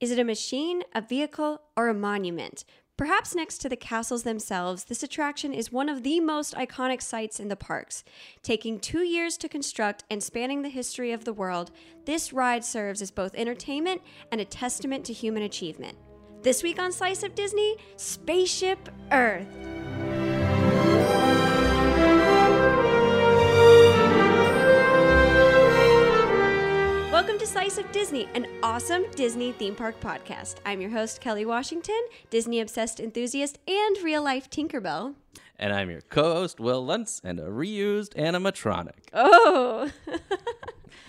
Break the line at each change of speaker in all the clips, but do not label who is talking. Is it a machine, a vehicle, or a monument? Perhaps next to the castles themselves, this attraction is one of the most iconic sites in the parks. Taking two years to construct and spanning the history of the world, this ride serves as both entertainment and a testament to human achievement. This week on Slice of Disney, Spaceship Earth. Welcome to Slice of Disney, an awesome Disney theme park podcast. I'm your host, Kelly Washington, Disney obsessed enthusiast and real life Tinkerbell.
And I'm your co host, Will Luntz, and a reused animatronic.
Oh,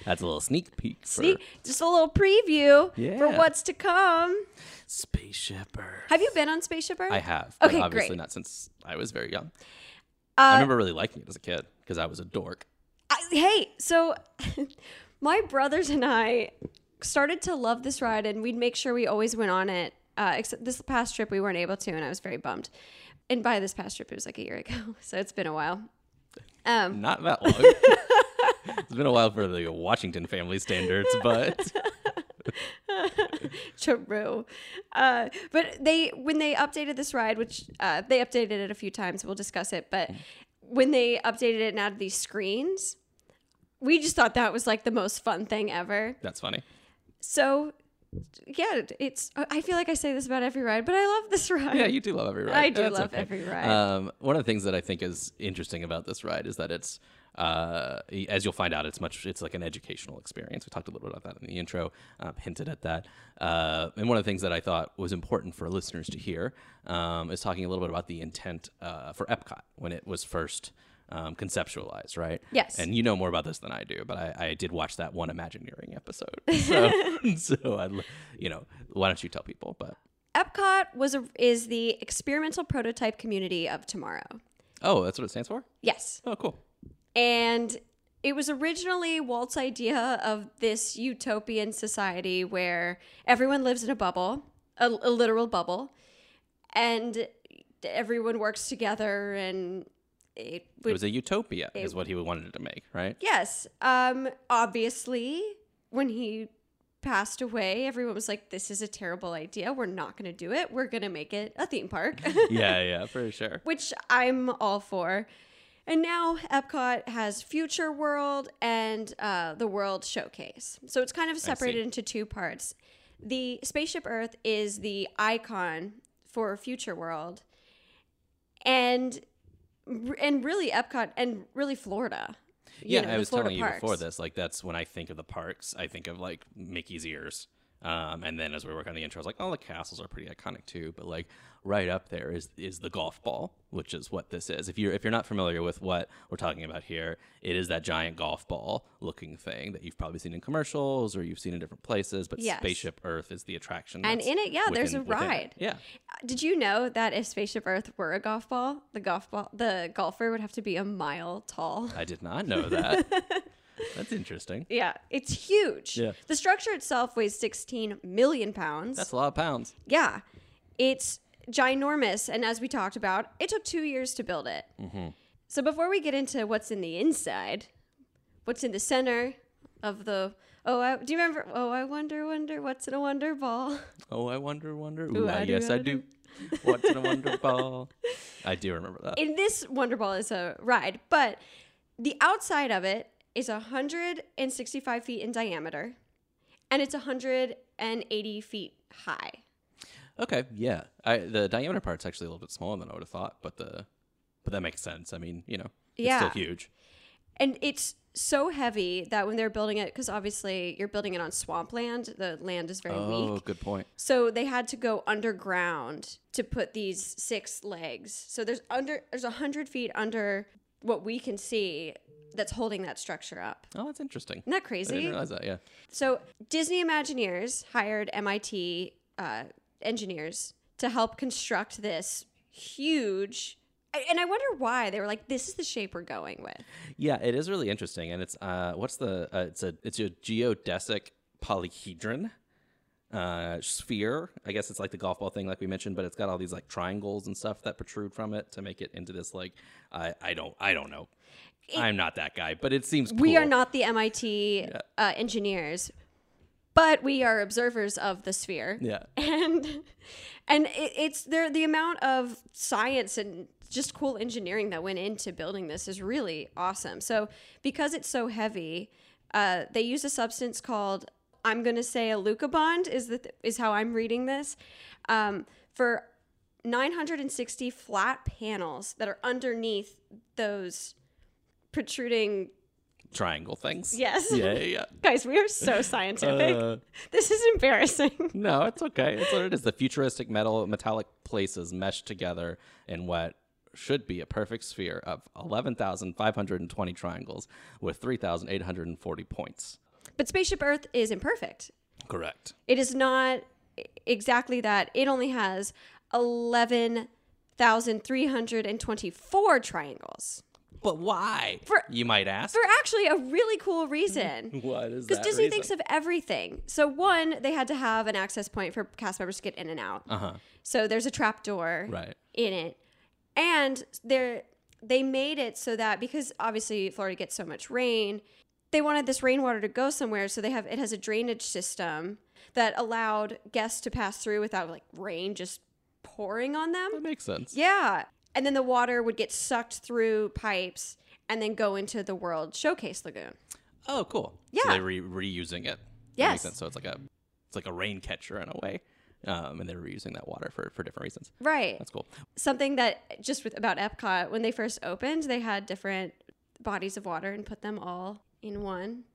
That's a little sneak peek for
see, just a little preview for
Yeah.
what's to come.
Spaceship Earth.
Have you been on Spaceship Earth?
I have. But
Okay,
obviously
great.
not since I was very young.
Uh,
I remember really liking it as a kid because I was a dork.
I, hey, so my brothers and I started to love this ride, and we'd make sure we always went on it. Uh, except this past trip, we weren't able to, and I was very bummed. And by this past trip, it was like a year ago, so it's been a while. Um,
Not that long. it's been a while for the Washington family standards, but
true. Uh, but they when they updated this ride, which uh, they updated it a few times, we'll discuss it. But
Mm.
when they updated it and added these screens, we just thought that was like the most fun thing ever.
that's funny.
So, yeah, it's. I feel like I say this about every ride, but I love this ride.
Yeah, you do love every ride.
I do
That's
love
okay.
every ride.
Um, one of the things that I think is interesting about this ride is that it's, uh, as you'll find out, it's much. It's like an educational experience. We talked a little bit about that in the intro, um, hinted at that. Uh, and one of the things that I thought was important for listeners to hear um, is talking a little bit about the intent uh, for Epcot when it was first. Um, conceptualized, right?
Yes.
And you know more about this than I do, but I, I did watch that one Imagineering episode. So, so I, you know, why don't you tell people? But
Epcot was a, is the experimental prototype community of tomorrow.
oh, that's what it stands for.
Yes,
Oh, cool.
and it was originally Walt's idea of this utopian society where everyone lives in a bubble, a, a literal bubble, and everyone works together, and it
It
would
was a utopia, is what he wanted to make, right?
Yes. Um, obviously, when he passed away, everyone was like, this is a terrible idea. We're not going to do it. We're going to make it a theme park,
yeah, yeah, for sure.
which I'm all for. And now Epcot has Future World and uh, the World Showcase. So it's kind of separated into two parts. The Spaceship Earth is the icon for Future World. And and really Epcot and really Florida. You
Yeah,
know,
I
the
was
Florida
telling you
parks.
before this, like that's when I think of the parks, I think of like Mickey's ears. Um, and then as we work on the intro, I was like, oh, the castles are pretty iconic too. But like right up there is is the golf ball, which is what this is. If you're if you're not familiar with what we're talking about here, it is that giant golf ball looking thing that you've probably seen in commercials or you've seen in different places. But
Yes.
Spaceship Earth is the attraction.
And
that's
in it, yeah, there's a
within it.
ride.
Yeah.
Did you know that if Spaceship Earth were a golf ball, the golf ball, the golfer would have to be a mile tall?
I did not know that. That's interesting.
Yeah, it's huge.
Yeah.
The structure itself weighs 16 million pounds.
That's a lot of pounds.
yeah, it's ginormous. And as we talked about, it took two years to build it.
Mm-hmm.
So before we get into what's in the inside, what's in the center of the oh, I, do you remember? Oh, I wonder, wonder what's in a wonder ball.
Oh, I wonder, wonder. Ooh,
I
I,
do,
yes,
I
I do. What's in a wonder ball? I do remember that.
in this Wonder Ball is a ride, but the outside of it is 165 feet in diameter and it's 180 feet high.
Okay, yeah. I, the diameter part's actually a little bit smaller than I would have thought, but the but that makes sense. I mean, you know, it's
Yeah.
still huge.
And it's so heavy that when they're building it, because obviously you're building it on swampland, the land is very
Oh,
weak.
good point.
So they had to go underground to put these six legs. So there's under there's a hundred feet under what we can see that's holding that structure up.
Oh, that's interesting.
Isn't that
I
crazy?
didn't realize that. Yeah.
So Disney Imagineers hired MIT uh, engineers to help construct this huge. I- And I wonder why they were like, "This is the shape we're going with."
Yeah, it is really interesting, and it's uh, what's the uh, it's a it's a geodesic polyhedron uh sphere. I guess it's like the golf ball thing, like we mentioned, but it's got all these like triangles and stuff that protrude from it to make it into this like I I don't I don't know. I'm not that guy, but it seems
We are
cool.
not the MIT uh, engineers, but we are observers of the sphere.
Yeah.
And and it, it's there the amount of science and just cool engineering that went into building this is really awesome. So because it's so heavy, uh, they use a substance called I'm going to say a leucobond is the th- is how I'm reading this um, for 960 flat panels that are underneath those protruding
Triangle things.
Yes.
Yeah, yeah,
guys. We are so
yeah.
scientific.
Uh,
this is embarrassing.
no, it's okay. It's what it is. The futuristic metal metallic places meshed together in what should be a perfect sphere of 11,520 triangles with 3,840 points.
But Spaceship Earth is imperfect.
Correct.
It is not i- exactly that. It only has 11,324 triangles
But why?
For-
you might ask.
for actually a really cool reason.
what
Because
is Mm-hmm. that
Disney
reason?
thinks of everything. So, one, they had to have an access point for cast members to get in and out.
Uh-huh.
So, there's a trap door.
Right.
in it. And they they made it so that because obviously Florida gets so much rain, they wanted this rainwater to go somewhere, so they have it has a drainage system that allowed guests to pass through without like rain just pouring on them.
That makes sense.
Yeah. And then the water would get sucked through pipes and then go into the World Showcase Lagoon.
Oh, cool. So
Yeah.
they're re- reusing it. That
Yes.
makes sense. So it's like a it's like a rain catcher in a way. Um, and they're reusing that water for, for different reasons.
Right.
That's cool.
Something that just with about Epcot when they first opened, they had different bodies of water and put them all in one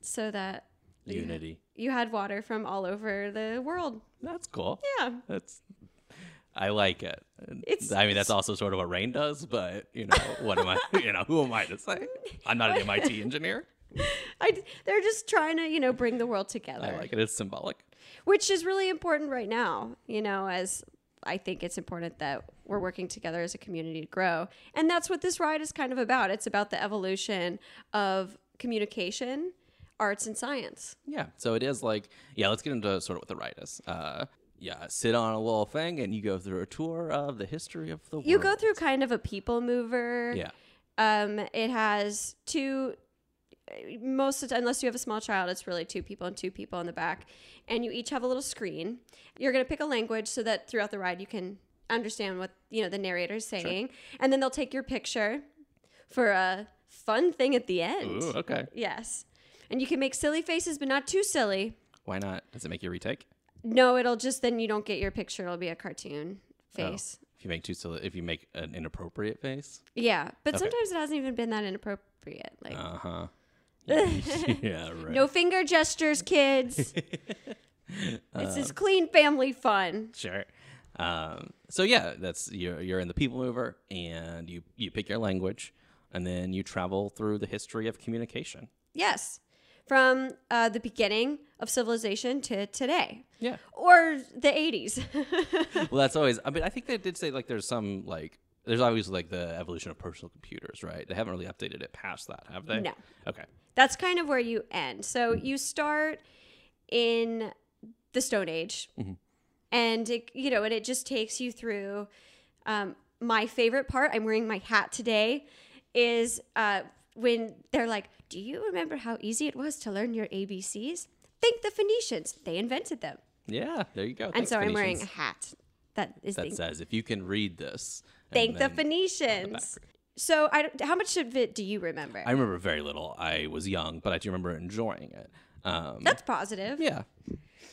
so that
Unity.
you had water from all over the world.
That's cool.
Yeah.
That's I like it.
It's-
I mean that's also sort of what rain does, but you know, what am I you know, who am I to say? I'm not an MIT engineer.
I, they're just trying to, you know, bring the world
I
together,
like it. It's symbolic.
which is really important right now, you know, as I think it's important that we're working together as a community to grow. And that's what this ride is kind of about. It's about the evolution of communication, arts, and science.
Yeah. So it is like, yeah, let's get into sort of what the ride is. Uh, yeah, sit on a little thing and you go through a tour of the history of the world.
You go through kind of a people mover.
Yeah.
Um, it has two. Most of the time, unless you have a small child, it's really two people and two people in the back, and you each have a little screen. You're gonna pick a language so that throughout the ride you can understand what you know the narrator is saying, and then they'll take your picture for a fun thing at the end.
Ooh, okay.
Yes, and you can make silly faces, but not too silly.
Why not? Does it make you retake?
No, it'll just then you don't get your picture. It'll be a cartoon
Oh.
face.
If you make too silly, if you make an inappropriate face.
Yeah, but
Okay.
sometimes it hasn't even been that inappropriate. Like
Uh huh. yeah, right.
No finger gestures, kids. this
Uh.
is clean family fun.
Sure. Um, so yeah, that's you're you're in the people mover, and you you pick your language, and then you travel through the history of communication.
Yes. From uh, the beginning of civilization to today,
Yeah.
or the 80s.
well, that's always. I mean, I think they did say like there's some like there's obviously like the evolution of personal computers, right? They haven't really updated it past that, have they?
No.
Okay.
That's kind of where you end. So
Mm-hmm.
you start in the Stone Age,
Mm-hmm.
and it, you know, and it just takes you through. Um, my favorite part, I'm wearing my hat today, is uh, when they're like, "Do you remember how easy it was to learn your ABCs?" Think the Phoenicians; they invented them,
Yeah. There you go.
and so I'm wearing a
Phoenicians.
hat that is
That
thank,
says if you can read this. and
thank the
then-
Phoenicians. So I don't, how much of it do you remember?
I remember very little. I was young, but I do remember enjoying it. Um,
That's positive.
yeah.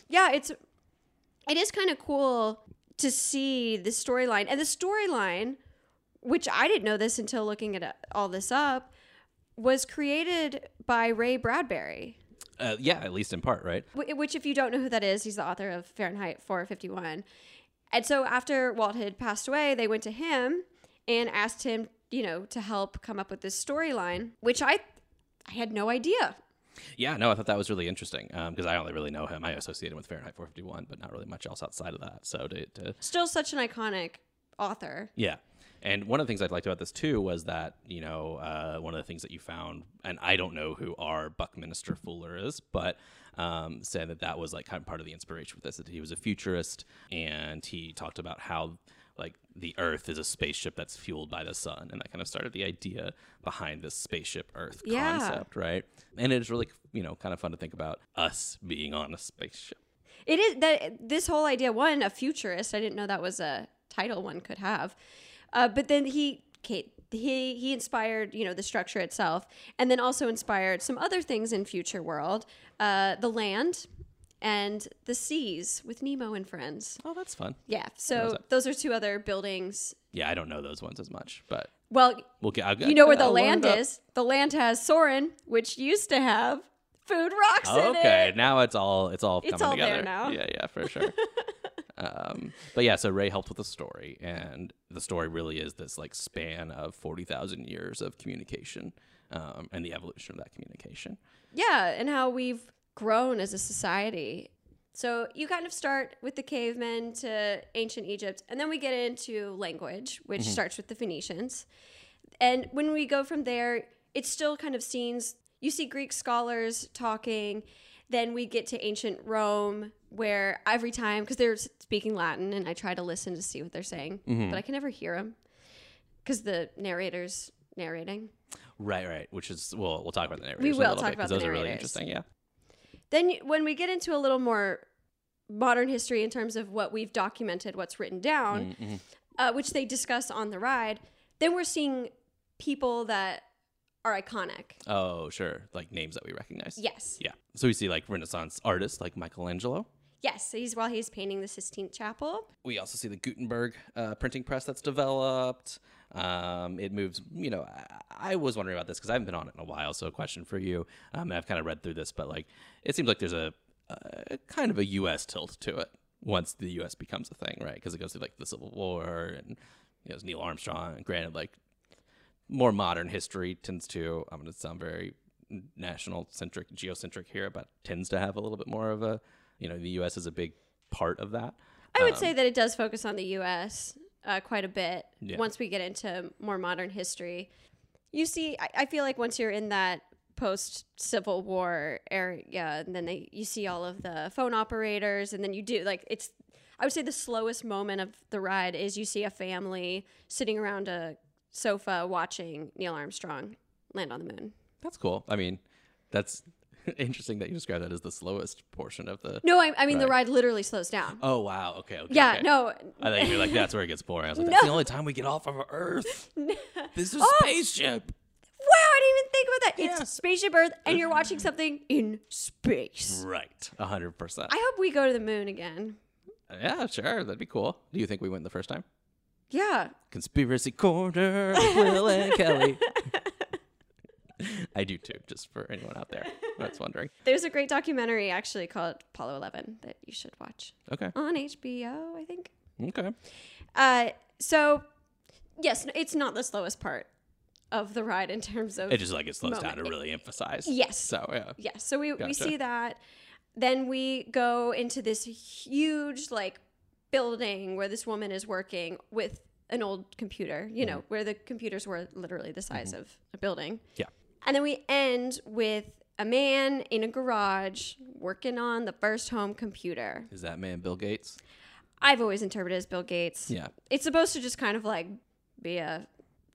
yeah it's it is kind of cool to see the storyline and the storyline which i didn't know this until looking at uh, all this up was created by ray bradbury
Uh, yeah, at least in part, right?
wh- which if you don't know who that is he's the author of fahrenheit 451 and so after walt had passed away they went to him and asked him you know to help come up with this storyline which i i had no idea
Yeah, no, I thought that was really interesting because I only really know him. I associate him with Fahrenheit 451, but not really much else outside of that. So to, to
still such an iconic author
Yeah. And one of the things I liked about this too was that, you know, uh, one of the things that you found, and I don't know who our Buckminster Fuller is, but um, said that that was like kind of part of the inspiration for this. That he was a futurist and he talked about how like the Earth is a spaceship that's fueled by the sun, and that kind of started the idea behind this spaceship Earth
Yeah.
concept, right? And it's really you know kind of fun to think about us being on a spaceship.
It is that this whole idea one a futurist. I didn't know that was a title one could have, uh, but then he Kate he he inspired you know the structure itself, and then also inspired some other things in future world, uh, the land, and the seas with Nemo and friends.
Oh, that's fun.
Yeah, so those are two other buildings.
Yeah, I don't know those ones as much, but
Well,
we'll get. I'll,
you know where the
I'll learn
land
about-
is. The land has Soren, which used to have Food Rocks in it.
Okay, now it's all it's all
It's
coming
all there
together.
now.
Yeah, yeah, for sure. um, but yeah, so Ray helped with the story, and the story really is this like span of forty thousand years of communication um, and the evolution of that communication.
Yeah, and how we've grown as a society. So you kind of start with the cavemen to ancient Egypt, and then we get into language, which starts with the Phoenicians. And when we go from there, it's still kind of scenes. You see Greek scholars talking. Then we get to ancient Rome, where every time, because they're speaking Latin, and I try to listen to see what they're saying, but I can never hear them because the narrator's narrating.
Right, right. Which is well, we'll talk about the narrators.
We
in a
will
little
talk
bit, 'cause
about the
those are really
narrators.
interesting. Yeah.
Then you- when we get into a little more modern history in terms of what we've documented, what's written down, uh, which they discuss on the ride, then we're seeing people that are iconic.
Oh, sure. Like names that we recognize.
Yes.
Yeah. So we see like Renaissance artists like Michelangelo.
Yes. He's while he's painting the Sistine Chapel.
we also see the Gutenberg uh, printing press that's developed. Um, it moves, you know, I, I was wondering about this because I haven't been on it in a while. So, a question for you. Um, I've kind of read through this, but like, it seems like there's a, a kind of a U.S. tilt to it once the U.S. becomes a thing, right? Because it goes through like the Civil War and, you know, it's Neil Armstrong. And granted, like, more modern history tends to i'm going to sound very national centric geocentric here but tends to have a little bit more of a you know the us is a big part of that
I would say that it does focus on the U.S. Uh, quite a bit
Yeah.
once we get into more modern history. You see, I, I feel like once you're in that post Civil War area, and then they, you see all of the phone operators, and then you do like it's. I would say the slowest moment of the ride is you see a family sitting around a sofa watching Neil Armstrong land on the moon.
that's cool i mean that's interesting that you describe that as the slowest portion of the
No, I, I mean the ride literally slows down.
oh wow okay, okay
yeah,
okay.
no,
i thought you were like that's where it gets boring i was like that's the only time we get off of earth this is
Oh.
spaceship
Wow, I didn't even think about that.
Yeah.
It's Spaceship Earth, and you're watching something in space.
right 100%
I hope we go to the moon again.
yeah sure that'd be cool do you think we went the first time
Yeah.
Conspiracy Corner with Will and Kelly. I do too, just for anyone out there that's wondering.
There's a great documentary actually called Apollo 11 that you should watch
Okay.
on HBO, I think.
Okay.
Uh, so, yes, n- it's not the slowest part of the ride in terms of.
It just like it slows down
Moment.
to really emphasize.
yes.
So yeah.
Yes. So we, we
Gotcha.
see that. Then we go into this huge like building where this woman is working with an old computer, you
Mm-hmm.
know, where the computers were literally the size of a building.
Yeah.
And then we end with a man in a garage working on the first home computer.
Is that man Bill Gates?
I've always interpreted as Bill Gates.
Yeah.
It's supposed to just kind of like be a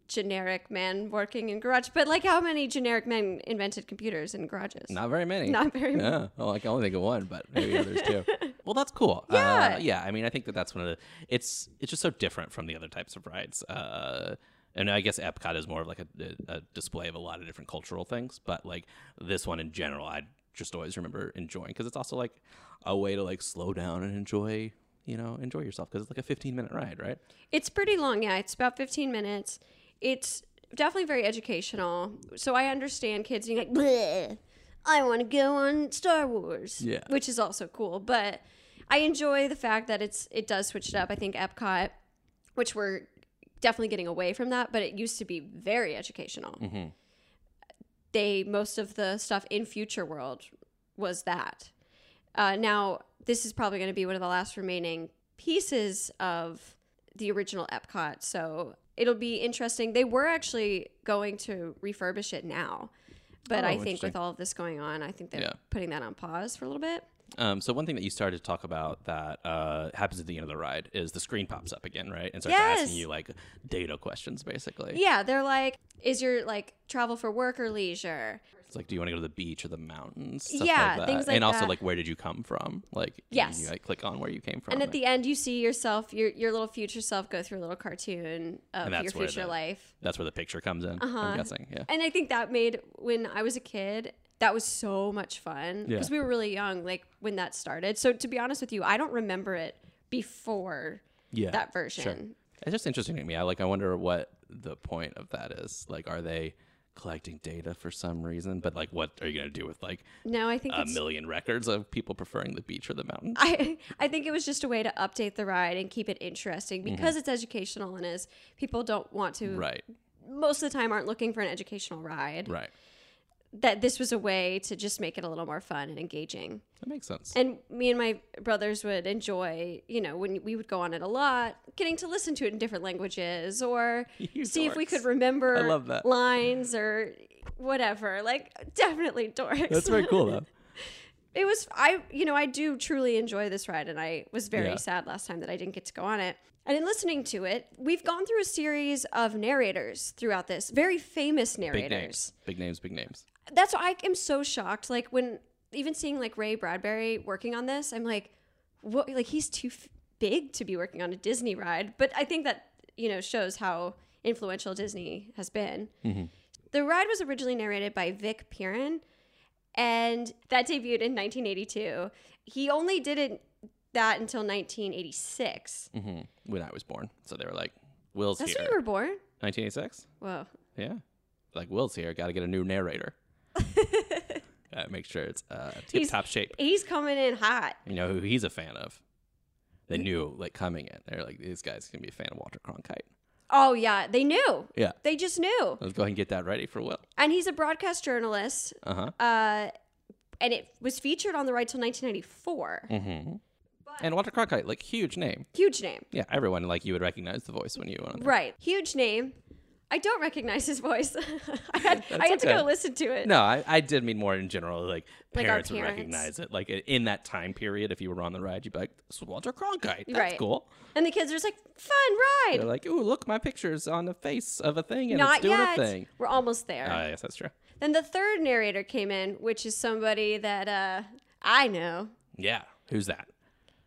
generic man working in garage, but like how many generic men invented computers in garages?
Not very many.
Not very many.
Yeah. Well, I can only think of one, but maybe others too. Well, that's cool.
Yeah.
Uh, yeah. I mean, I think that that's one of the. It's it's just so different from the other types of rides. Uh, and I guess Epcot is more of like a, a display of a lot of different cultural things, but like this one in general, I just always remember enjoying because it's also like a way to like slow down and enjoy, you know, enjoy yourself because it's like a 15 minute ride, right?
It's pretty long, yeah. It's about 15 minutes. It's definitely very educational. So I understand kids being like, "Bleh, I want to go on Star Wars.
Yeah.
Which is also cool. But I enjoy the fact that it's it does switch it up. I think Epcot, which we're definitely getting away from that, but it used to be very educational. They most of the stuff in Future World was that. Uh, now, this is probably going to be one of the last remaining pieces of the original Epcot, so it'll be interesting. They were actually going to refurbish it now, but
Oh,
I think
interesting.
with all of this going on, I think they're
Yeah.
putting that on pause for a little bit.
Um, so one thing that you started to talk about that uh, happens at the end of the ride is the screen pops up again, right? And starts
Yes.
asking you like data questions, basically.
Yeah, they're like, is your like travel for work or leisure?
It's like, do you want to go to the beach or the mountains? Stuff
Yeah,
like that.
things like
and also
that.
like, where did you come from? Like, you-
Yes.
you, like click on where you came from.
And at the end, you see yourself, your your little future self, go through a little cartoon of
And that's
your
where
future
the-
life.
that's where the picture comes in.
Uh-huh.
I'm guessing. Yeah.
And I think that made when I was a kid, that was so much fun
Yeah.
because we were really young, like when that started. So to be honest with you, I don't remember it before
Yeah.
that version.
It's just interesting to me. I like. I wonder what the point of that is. Like, are they collecting data for some reason? But like, what are you gonna do with like
No, I think
a
it's, Uh,
million records of people preferring the beach or the mountains?
I I think it was just a way to update the ride and keep it interesting because it's educational and is people don't want to
Mm-hmm. right.
most of the time aren't looking for an educational ride.
Right.
That this was a way to just make it a little more fun and engaging.
That makes sense.
And me and my brothers would enjoy, you know, when we would go on it a lot, getting to listen to it in different languages or
You
see if we
dorks.
could remember
I love that.
lines or whatever. Like definitely dorks.
That's very cool though.
it was I you know, I do truly enjoy this ride and I was very
Yeah.
sad last time that I didn't get to go on it. And in listening to it, we've gone through a series of narrators throughout this, very famous
Big
narrators.
names. Big names. Big names.
That's why I am so shocked. Like when even seeing like Ray Bradbury working on this, I'm like, what? Like he's too f- big to be working on a Disney ride. But I think that you know shows how influential Disney has been. The ride was originally narrated by Vic Pirin, and that debuted in 1982. He only did it that until 1986.
hmm When I was born, so they were like, "Will's
That's
here."
when you were born.
1986.
Whoa.
Yeah. Like Will's here, got to get a new narrator. Gotta make sure it's uh, tip
He's-
top shape.
He's coming in hot.
You know who he's a fan of. They knew like coming in. They're like, this guy's gonna be a fan of Walter Cronkite.
Oh yeah, they knew.
Yeah.
They just knew.
Let's go ahead and get that ready for Will.
and he's a broadcast journalist.
Uh huh.
Uh, and it was featured on the ride till 1994.
Mm-hmm. And Walter Cronkite, like huge name.
Huge name,
Yeah, everyone like you would recognize the voice when you went on there.
right? Huge name. I don't recognize his voice. I had, I
That's
had to
okay.
go listen to it.
No, I, I did mean more in general. Like
Like our
parents, would
parents.
recognize it. Like in that time period, if you were on the ride, you'd be like, "This is Walter Cronkite. That's
Right.
cool."
And the kids are just like, "Fun
They're
ride."
like, "Ooh, look, my picture's on the face of a thing, and
Not
it's doing
yet.
a thing."
We're almost there.
Ah, yes, that's true.
Then the third narrator came in, which is somebody that uh, I know,
Yeah. Who's that?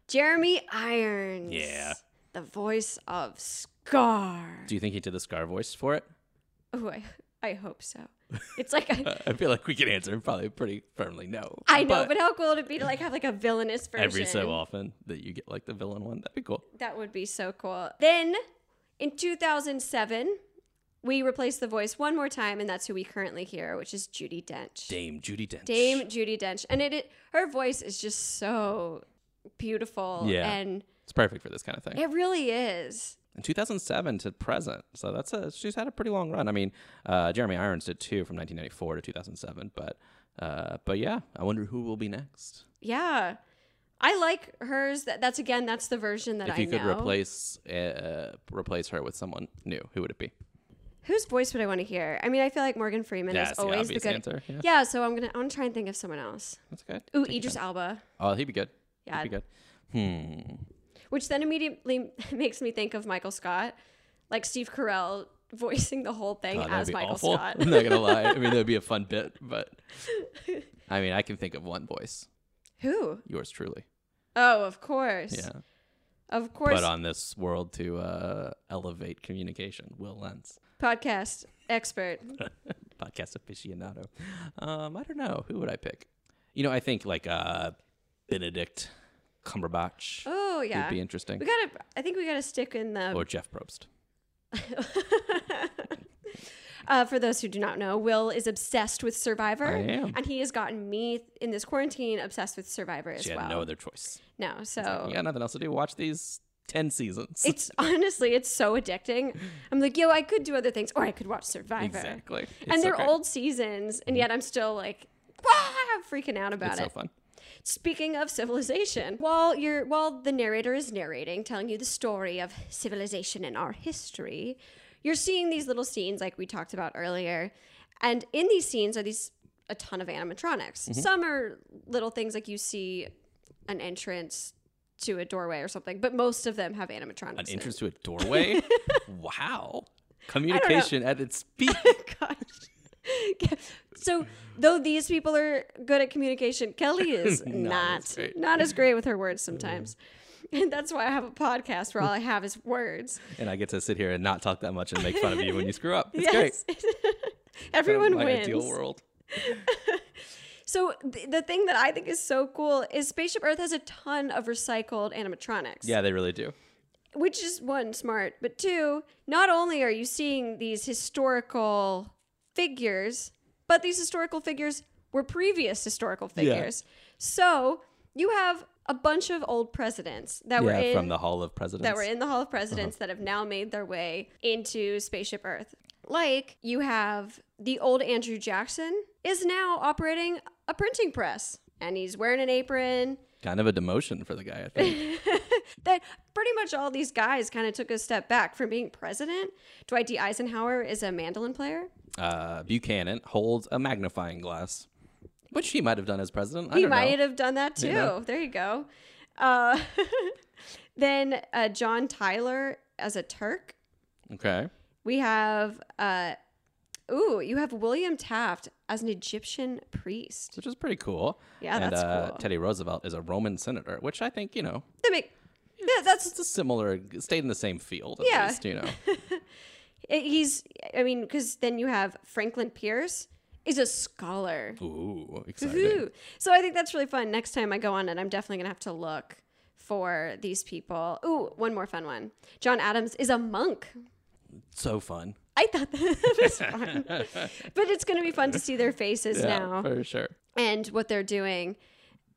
Jeremy Irons.
Yeah.
The voice of Scar.
Do you think he did the Scar voice for it?
Oh, I, I hope so. It's like I,
I feel like we can answer probably pretty firmly no.
I know, but, how cool would it be to like have like a villainous version?
every so often that you get like the villain one, that'd be cool.
That would be so cool. Then in 2007, we replaced the voice one more time, and that's who we currently hear, which is Judy Dench.
Dame Judy Dench.
Dame Judy Dench, and it, it her voice is just so beautiful,
Yeah.
and
It's perfect for this kind of thing.
it really is.
In 2007 to present, so that's a she's had a pretty long run. I mean, uh, Jeremy Irons did too from 1994 to 2007, but uh, but yeah, I wonder who will be next.
Yeah, I like hers. That that's again, that's the version that
If
I
you could
know.
replace uh, replace her with someone new, who would it be?
Whose voice would I want to hear? I mean, I feel like Morgan Freeman
Yeah,
is
that's the
always the
obvious
good
answer, yeah.
so I'm gonna I'm gonna try and think of someone else.
That's good.
Ooh,
Take your
Idris
time.
Alba.
Oh, he'd be good.
Yeah.
He'd be good. Hmm.
Which then immediately makes me think of Michael Scott, like Steve Carell voicing the whole thing
God, Oh, that'd
as
be
Michael
awful.
Scott.
I'm not gonna lie. I mean, that'd be a fun bit, but I mean, I can think of one voice.
Who?
Yours truly.
Oh, of course.
Yeah.
Of course.
But uh, on this world to uh, elevate communication, Will Lentz,
Podcast expert.
podcast aficionado. Um, I don't know who would I pick. You know, I think like uh, Benedict Cumberbatch
Oh yeah.
would be interesting,
We gotta I think we gotta stick in the
or Jeff Probst.
uh, for those who do not know, Will is obsessed with Survivor.
I am.
And he has gotten me in this quarantine obsessed with Survivor as
She had
well. Oh.
no other choice.
no, so
You got nothing else to do. Watch these ten seasons.
It's honestly, it's so addicting. I'm like, yo, I could do other things, or I could watch Survivor.
exactly. It's
And
so
they're
great.
old seasons, and yet I'm still like, ah, freaking out about
It's so
it.
fun.
Speaking of civilization, while you're while the narrator is narrating, telling you the story of civilization and our history, you're seeing these little scenes like we talked about earlier. And
Mm-hmm.
in these scenes are these a ton of animatronics. Some are little things like you see an entrance to a doorway or something, but most of them have animatronics.
An
in it.
entrance to a doorway? wow. Communication at its peak.
Gosh. so though these people are good at communication, Kelly is
Not
not
as
not,
great. Mm-hmm.
as great with her words sometimes. And that's why I have a podcast where all I have is words.
and I get to sit here and not talk that much and make fun of you when you screw up. It's great.
yes. Everyone
my ideal
wins.
world.
So th- the thing that I think is so cool is Spaceship Earth has a ton of recycled animatronics.
Yeah, they really do.
Which is one smart, but two, not only are you seeing these historical figures, but these historical figures were previous historical figures. So you have a bunch of old presidents that were
yeah,
in
from the Uh-huh. Hall of Presidents.
that were in the Hall of Presidents that have now made their way into Spaceship Earth. Like you have the old Andrew Jackson is now operating a printing press and he's wearing an apron.
kind of a demotion for the guy, I think.
That pretty much all these guys kind of took a step back from being president. Dwight D. Eisenhower is a mandolin player.
uh, Buchanan holds a magnifying glass, which he might have done as president. I
He
don't know.
might have done that too.
know.
There you go. Uh, then uh, John Tyler as a Turk.
Okay.
We have uh ooh, you have William Taft as an Egyptian priest.
Which is pretty cool.
Yeah,
and,
that's
uh,
cool.
Teddy Roosevelt is a Roman senator, which I think, you know,
That make yeah, that's
it's a similar, stayed in the same field, at
Yeah.
least, you know.
he's I mean because then you have Franklin Pierce is a scholar.
Ooh, exciting.
Woo. So I think that's really fun. Next time I go on it, I'm definitely gonna have to look for these people. Ooh, one more fun one. John Adams is a monk.
so fun.
I thought that was fun, but it's gonna be fun to see their faces
Yeah,
now
for sure.
and what they're doing.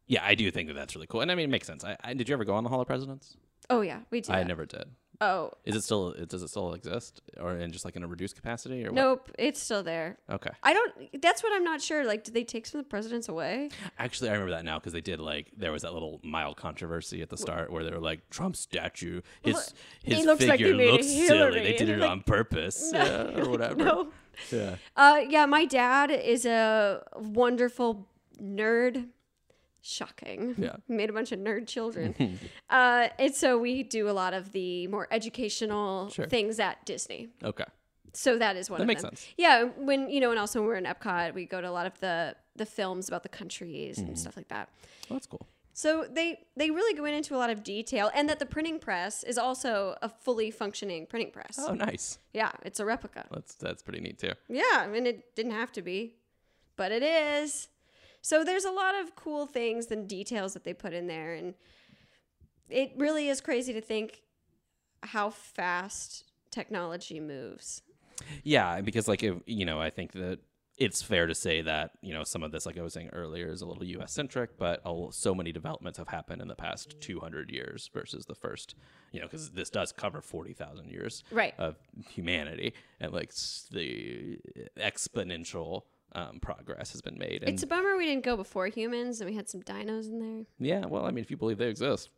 Yeah, I do think that that's really cool. And I mean, it makes sense. I, I, did you ever go on the Hall of Presidents?
Oh yeah, we do.
I
that.
never did.
Oh,
Is it still? it- Does it still exist, or in just like in a reduced capacity, or
Nope, it's still there.
What? Okay.
I don't. That's what I'm not sure. Like, did they take some of the presidents away?
Actually, I remember that now because they did like there was that little mild controversy at the start where they were like Trump's statue, his
he
his
looks like they
figure
made a
looks silly.
Hillary,"
They did
and
it
you're like,
on purpose, yeah, or whatever.
No.
Yeah.
Uh, yeah, my dad is a wonderful nerd. Shocking.
Yeah.
Made a bunch of nerd children. uh, and so we do a lot of the more educational
Sure.
things at Disney.
Okay.
So that is one
That
of
makes
them.
sense.
Yeah, when you know, and also when we're in Epcot, we go to a lot of the the films about the countries
Mm-hmm.
and stuff like that.
Well, that's cool.
So they they really go into a lot of detail, and that the printing press is also a fully functioning printing press.
Oh, nice.
Yeah, it's a replica.
That's that's pretty neat too.
Yeah, I mean it didn't have to be, but it is. So there's a lot of cool things and details that they put in there, and it really is crazy to think how fast technology moves.
Yeah, because like if, you know, I think that it's fair to say that you know some of this, like I was saying earlier, is a little U.S. centric, but a, l- so many developments have happened in the past 200 years versus the first, you know, because this does cover 40,000 years
Right.
of humanity, and like s- the exponential um, progress has been made. And
It's a bummer we didn't go before humans, and we had some dinos in there.
yeah, well, I mean, if you believe they exist,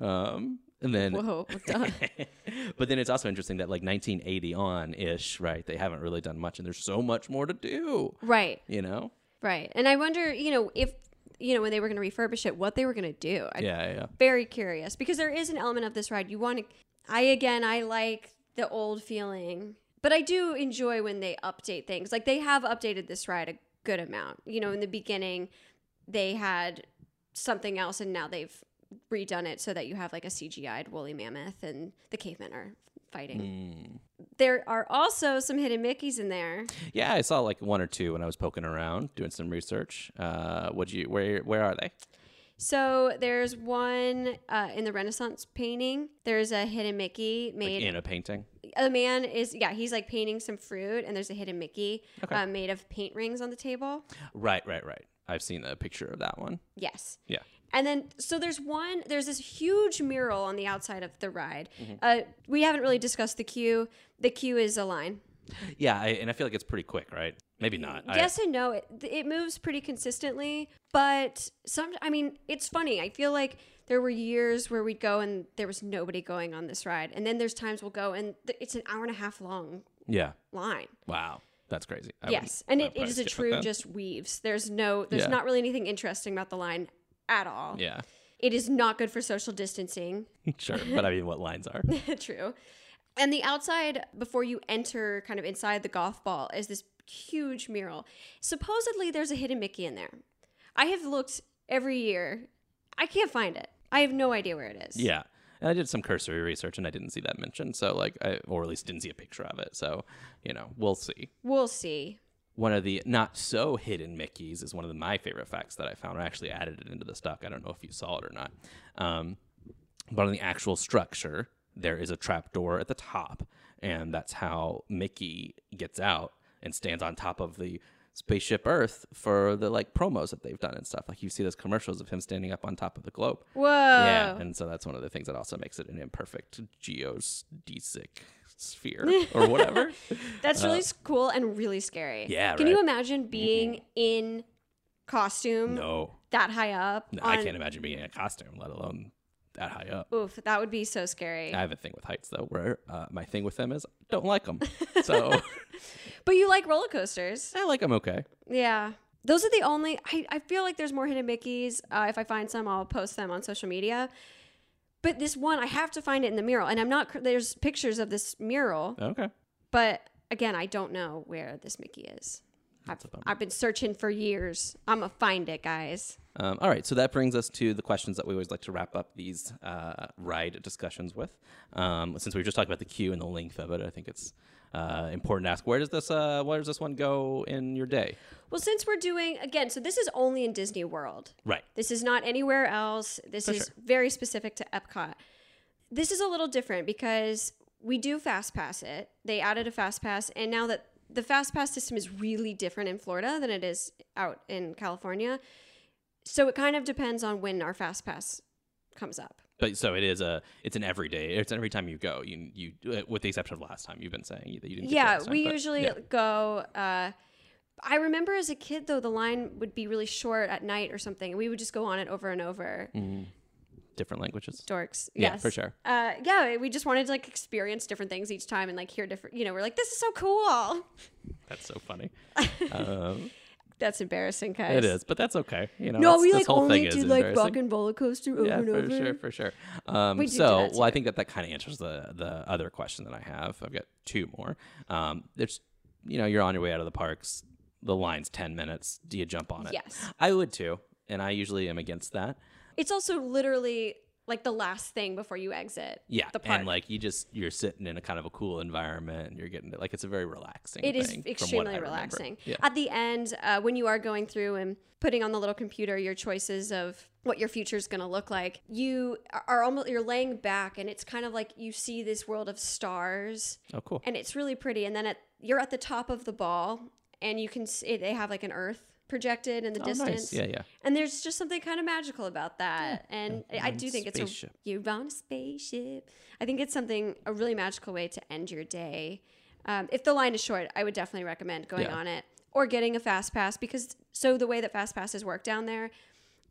um, and then
Whoa, well done.
but then it's also interesting that like 1980 on ish, right? They haven't really done much, and there's so much more to do.
right.
You know?
Right. And I wonder, you know, if, you know, when they were going to refurbish it, what they were going to do. I'm
Yeah, yeah.
very curious because there is an element of this ride you want to. I, again, I like the old feeling, but I do enjoy when they update things. Like they have updated this ride a good amount. You know, in the beginning, they had something else and now they've redone it so that you have like a CGI'd woolly mammoth and the cavemen are fighting.
Mm.
Mm. There are also some hidden Mickeys in there.
Yeah, I saw like one or two when I was poking around doing some research. Uh, would you where where are they?
So there's one uh, in the Renaissance painting. There's a hidden Mickey
Like
made.
in a painting.
a man is yeah, he's like painting some fruit, and there's a hidden Mickey
Okay.
uh, made of paint rings on the table.
Right, right, right. I've seen a picture of that one.
Yes.
Yeah.
And then, so there's one, there's this huge mural on the outside of the ride.
Mm-hmm.
Uh, we haven't really discussed the queue. The queue is a line.
Yeah, I, and I feel like it's pretty quick, right? Maybe not. I-
yes and no. It, it moves pretty consistently, but some. I mean, it's funny. I feel like there were years where we'd go and there was nobody going on this ride, and then there's times we'll go and th- it's an hour and a half long
yeah.
line.
Wow. That's crazy. I
yes, and
wouldn't- I
it,
would
it
probably
is a
skip
true
that.
just weaves. There's no. There's
Yeah.
not really anything interesting about the line at all.
Yeah.
It is not good for social distancing.
sure, but I mean, what lines are?
True. And the outside, before you enter kind of inside the golf ball, is this huge mural. Supposedly, there's a hidden Mickey in there. I have looked every year. I can't find it. I have no idea where it is.
Yeah. And I did some cursory research and I didn't see that mentioned. So, like, I, or at least didn't see a picture of it. So, you know, we'll see.
We'll see.
One of the not so hidden Mickeys is one of the, my favorite facts that I found. I actually added it into this doc. I don't know if you saw it or not. Um, but on the actual structure, there is a trap door at the top. And that's how Mickey gets out and stands on top of the spaceship Earth for the like promos that they've done and stuff. Like, you see those commercials of him standing up on top of the globe.
Whoa.
Yeah, and so that's one of the things that also makes it an imperfect geodesic sphere or whatever.
That's really s- cool and really scary.
Uh, yeah,
Can
right. Mm-hmm.
you imagine being in costume
no,
that high up?
no I
on-
can't imagine being in a costume, let alone that high up.
Oof, that would be so scary.
I have a thing with heights though, where uh, my thing with them is I don't like them. So
but you like roller coasters.
I like them okay.
Yeah. Those are the only, I, I feel like there's more hidden Mickeys. Uh, if I find some, I'll post them on social media. But this one, I have to find it in the mural. And I'm not, cr- there's pictures of this mural.
Okay.
But again, I don't know where this Mickey is. I've,
a bummer.
I've been searching for years. I'm going to find it, guys.
Um, all right, so that brings us to the questions that we always like to wrap up these uh, ride discussions with. Um, since we were just talking about the queue and the length of it, I think it's uh, important to ask where does this uh, where does this one go in your day?
Well, since we're doing, again, so this is only in Disney World.
Right.
This is not anywhere else. This
For
is
sure.
very specific to Epcot. This is a little different because we do fast pass it. They added a fast pass, and now that the fast pass system is really different in Florida than it is out in California. So it kind of depends on when our fast pass comes up.
But so it is a it's an everyday it's every time you go you you uh, with the exception of last time you've been saying that you didn't. get to
yeah,
last time,
we
but-
usually
yeah.
go. Uh, I remember as a kid though, the line would be really short at night or something, and we would just go on it over and over.
different languages.
dorks.
Mm. Yeah,
yes.
for sure.
Uh, yeah, we just wanted to like experience different things each time and like hear different. You know, we're like, this is so cool.
That's so funny. um,
That's embarrassing, guys.
it is, but that's okay. You know,
No,
that's-
we
this
like
whole
only
thing
do
is
like
embarrassing.
rock and roller coaster over
yeah,
and
for
over.
sure, for sure. Um,
We do do
so,
that
well, I think that that kind of answers the the other question that I have. I've got two more. Um, there's, you know, you're on your way out of the parks. The line's ten minutes. Do you jump on it?
Yes.
I would too, and I usually am against that.
It's also literally like the last thing before you exit.
Yeah,
the park.
and like you just you're sitting in a kind of a cool environment, and you're getting to, like it's a very relaxing.
It is
thing, from what I
extremely
remember.
relaxing.
Yeah.
At the end, uh, when you are going through and putting on the little computer your choices of what your future is going to look like, you are almost you're laying back, and it's kind of like you see this world of stars.
Oh, cool.
and it's really pretty. And then at, you're at the top of the ball, and you can see they have like an Earth projected in the
Oh,
distance.
nice. Yeah, yeah.
And there's just something kind of magical about that. And I- I
on
do
a
think it's a
spaceship.
you're on a spaceship. I think it's something a really magical way to end your day. Um, if the line is short, I would definitely recommend going
Yeah.
on it or getting a fast pass because so the way that fast passes work down there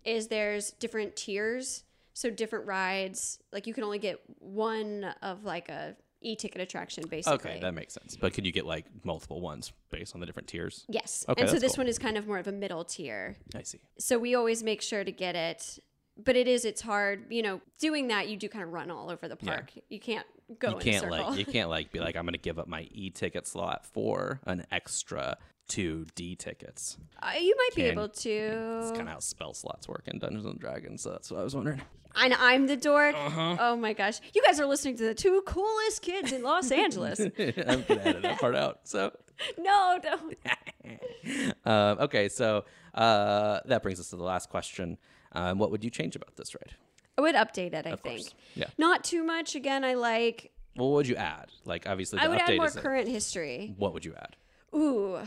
is there's different tiers so different rides like you can only get one of like a e-ticket attraction basically
Okay, that makes sense. But could you get like multiple ones based on the different tiers?
Yes.
Okay,
and so
that's
this
cool.
one is kind of more of a middle tier.
I see.
So we always make sure to get it. But it is, it's hard. You know, doing that, you do kind of run all over the
Yeah.
park. You can't go
you
in a
can't
circle.
like you can't like be like I'm gonna give up my e ticket slot for an extra two D tickets.
uh, you might be
can.
able
That's kind
to.
of how spell slots work in Dungeons and Dragons. So that's what I was wondering.
And I'm the dork. Oh my gosh. You guys are listening to the two coolest kids in Los Angeles.
I'm gonna edit that part out. So
no, don't.
um, okay, so uh, that brings us to the last question. Um, what would you change about this ride?
I would update it, I think.
course. Yeah.
Not too much. Again, I like,
Well, what would you add? Like obviously the
I would
update
add more
is Mm.
current history.
what would you add?
Ooh.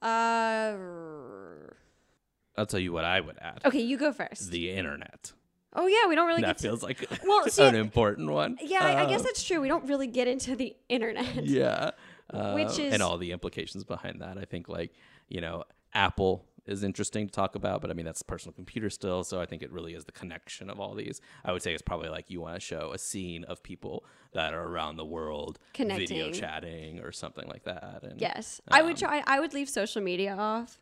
Uh,
I'll tell you what I would add.
okay, you go first.
The internet.
oh, yeah, we don't really get
that
to
feels like
Well, see-
an important one.
Yeah, I, I guess
Um,
that's true. We don't really get into the internet.
yeah
Which
Um,
is-
and all the implications behind that i think like you know apple is interesting to talk about but i mean that's personal computer still so i think it really is the connection of all these i would say it's probably like you want to show a scene of people that are around the world video
Connecting.
chatting or something like that and
Yes, I would try. I would leave social media off.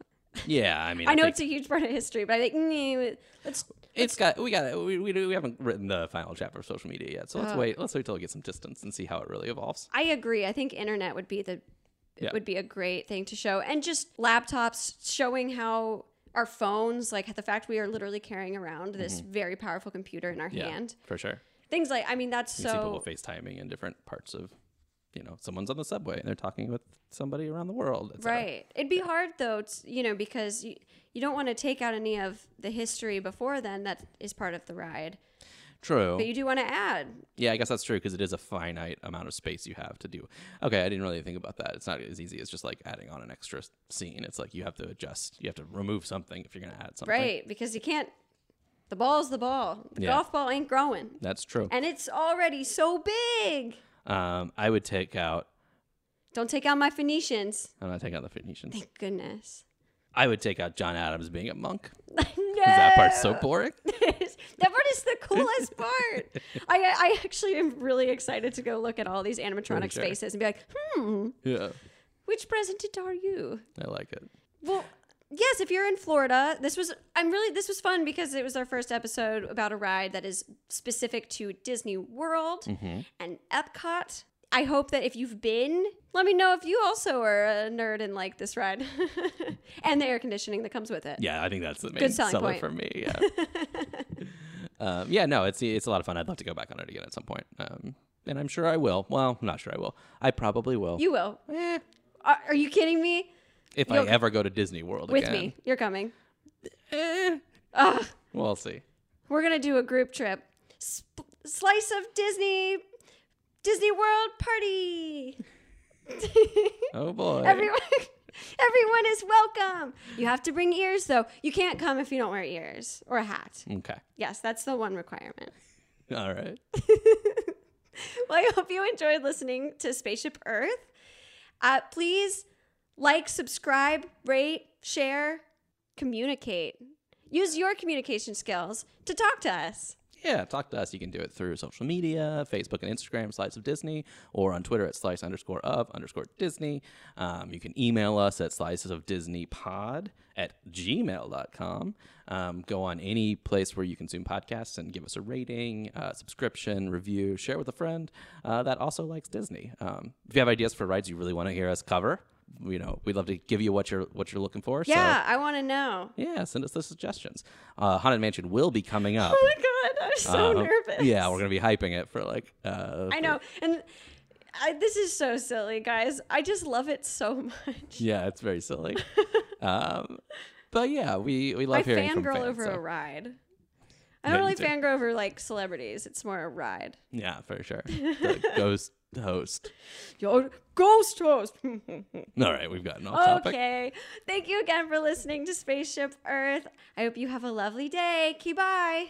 yeah Um, i mean
I know
think-
it's a huge part of history, but I think "Nyeh, mm, let's
it's got we got we, we we haven't written the final chapter of social media yet, so let's
Oh.
wait. Let's wait till we get some distance and see how it really evolves.
I agree. I think internet would be the it
Yeah.
would be a great thing to show, and just laptops showing how our phones, like the fact we are literally carrying around this very powerful computer in our
Mm-hmm. Yeah,
hand,
for sure.
things like I mean that's
You see people
so
FaceTiming in different parts of, you know, someone's on the subway and they're talking with somebody around the world. et cetera.
right. It'd be hard though, t you know, because you, you don't want to take out any of the history before then that is part of the ride,
True.
but you do want to add.
yeah, I guess that's true because it is a finite amount of space you have to do. Okay, I didn't really think about that. It's not as easy as just like adding on an extra s- scene. It's like you have to adjust. You have to remove something if you're going to add something.
Right, because you can't. The ball's the ball. The
Yeah.
golf ball ain't growing.
That's true.
And it's already so big.
Um, I would take out.
Don't take out my Phoenicians.
I'm not taking out the Phoenicians.
Thank goodness.
I would take out John Adams being a monk. 'cause
no.
That part's so boring.
that part is the coolest part. I, I actually am really excited to go look at all these animatronic
sure.
faces and be like, hmm,
Yeah,
which president are you?
I like it.
Well, yes, if you're in Florida, this was I'm really this was fun because it was our first episode about a ride that is specific to Disney World
Mm-hmm.
and Epcot. I hope that if you've been, let me know if you also are a nerd and like this ride and the air conditioning that comes with it.
Yeah, I think that's the main
Good selling
seller
point.
for me. Yeah. um, yeah, no, it's it's a lot of fun. I'd love to go back on it again at some point. Um, and I'm sure I will. Well, I'm not sure I will. I probably will.
You will.
Eh,
Are, are you kidding me?
if I
You'll-
ever go to Disney World
With
again.
me. You're coming.
Eh,
Ugh,
we'll see.
we're going to do a group trip. Sp- slice of Disney Disney World party.
Oh boy.
Everyone, everyone is welcome. You have to bring ears, though. You can't come if you don't wear ears or a hat.
okay.
Yes, that's the one requirement.
All right.
Well, I hope you enjoyed listening to Spaceship Earth. Uh, please like, subscribe, rate, share, communicate. Use your communication skills to talk to us.
Yeah, talk to us. You can do it through social media, Facebook and Instagram, Slice of Disney, or on Twitter at slice underscore of underscore Disney. Um, you can email us at slices of Disney pod at gmail.com. Um, go on any place where you consume podcasts and give us a rating, uh, subscription, review, share with a friend uh, that also likes Disney. Um, if you have ideas for rides you really want to hear us cover, you know, we'd love to give you what you're what you're looking for. So,
Yeah, I want to know.
yeah, send us the suggestions. Uh, Haunted Mansion will be coming up.
Oh my god, I'm so
Uh,
nervous.
Yeah, we're gonna be hyping it for like. Uh,
I know, and I, this is so silly, guys. I just love it so much.
Yeah, it's very silly. um, but yeah, we we love
I
hearing from
fangirl
fans,
over
so-
a ride. I
Yeah,
don't
you
really
do.
fangirl over like celebrities. It's more a ride.
Yeah, for sure. The ghost host.
Yo, ghost host.
All right, we've gotten off topic.
okay. Thank you again for listening to Spaceship Earth. I hope you have a lovely day. Key bye.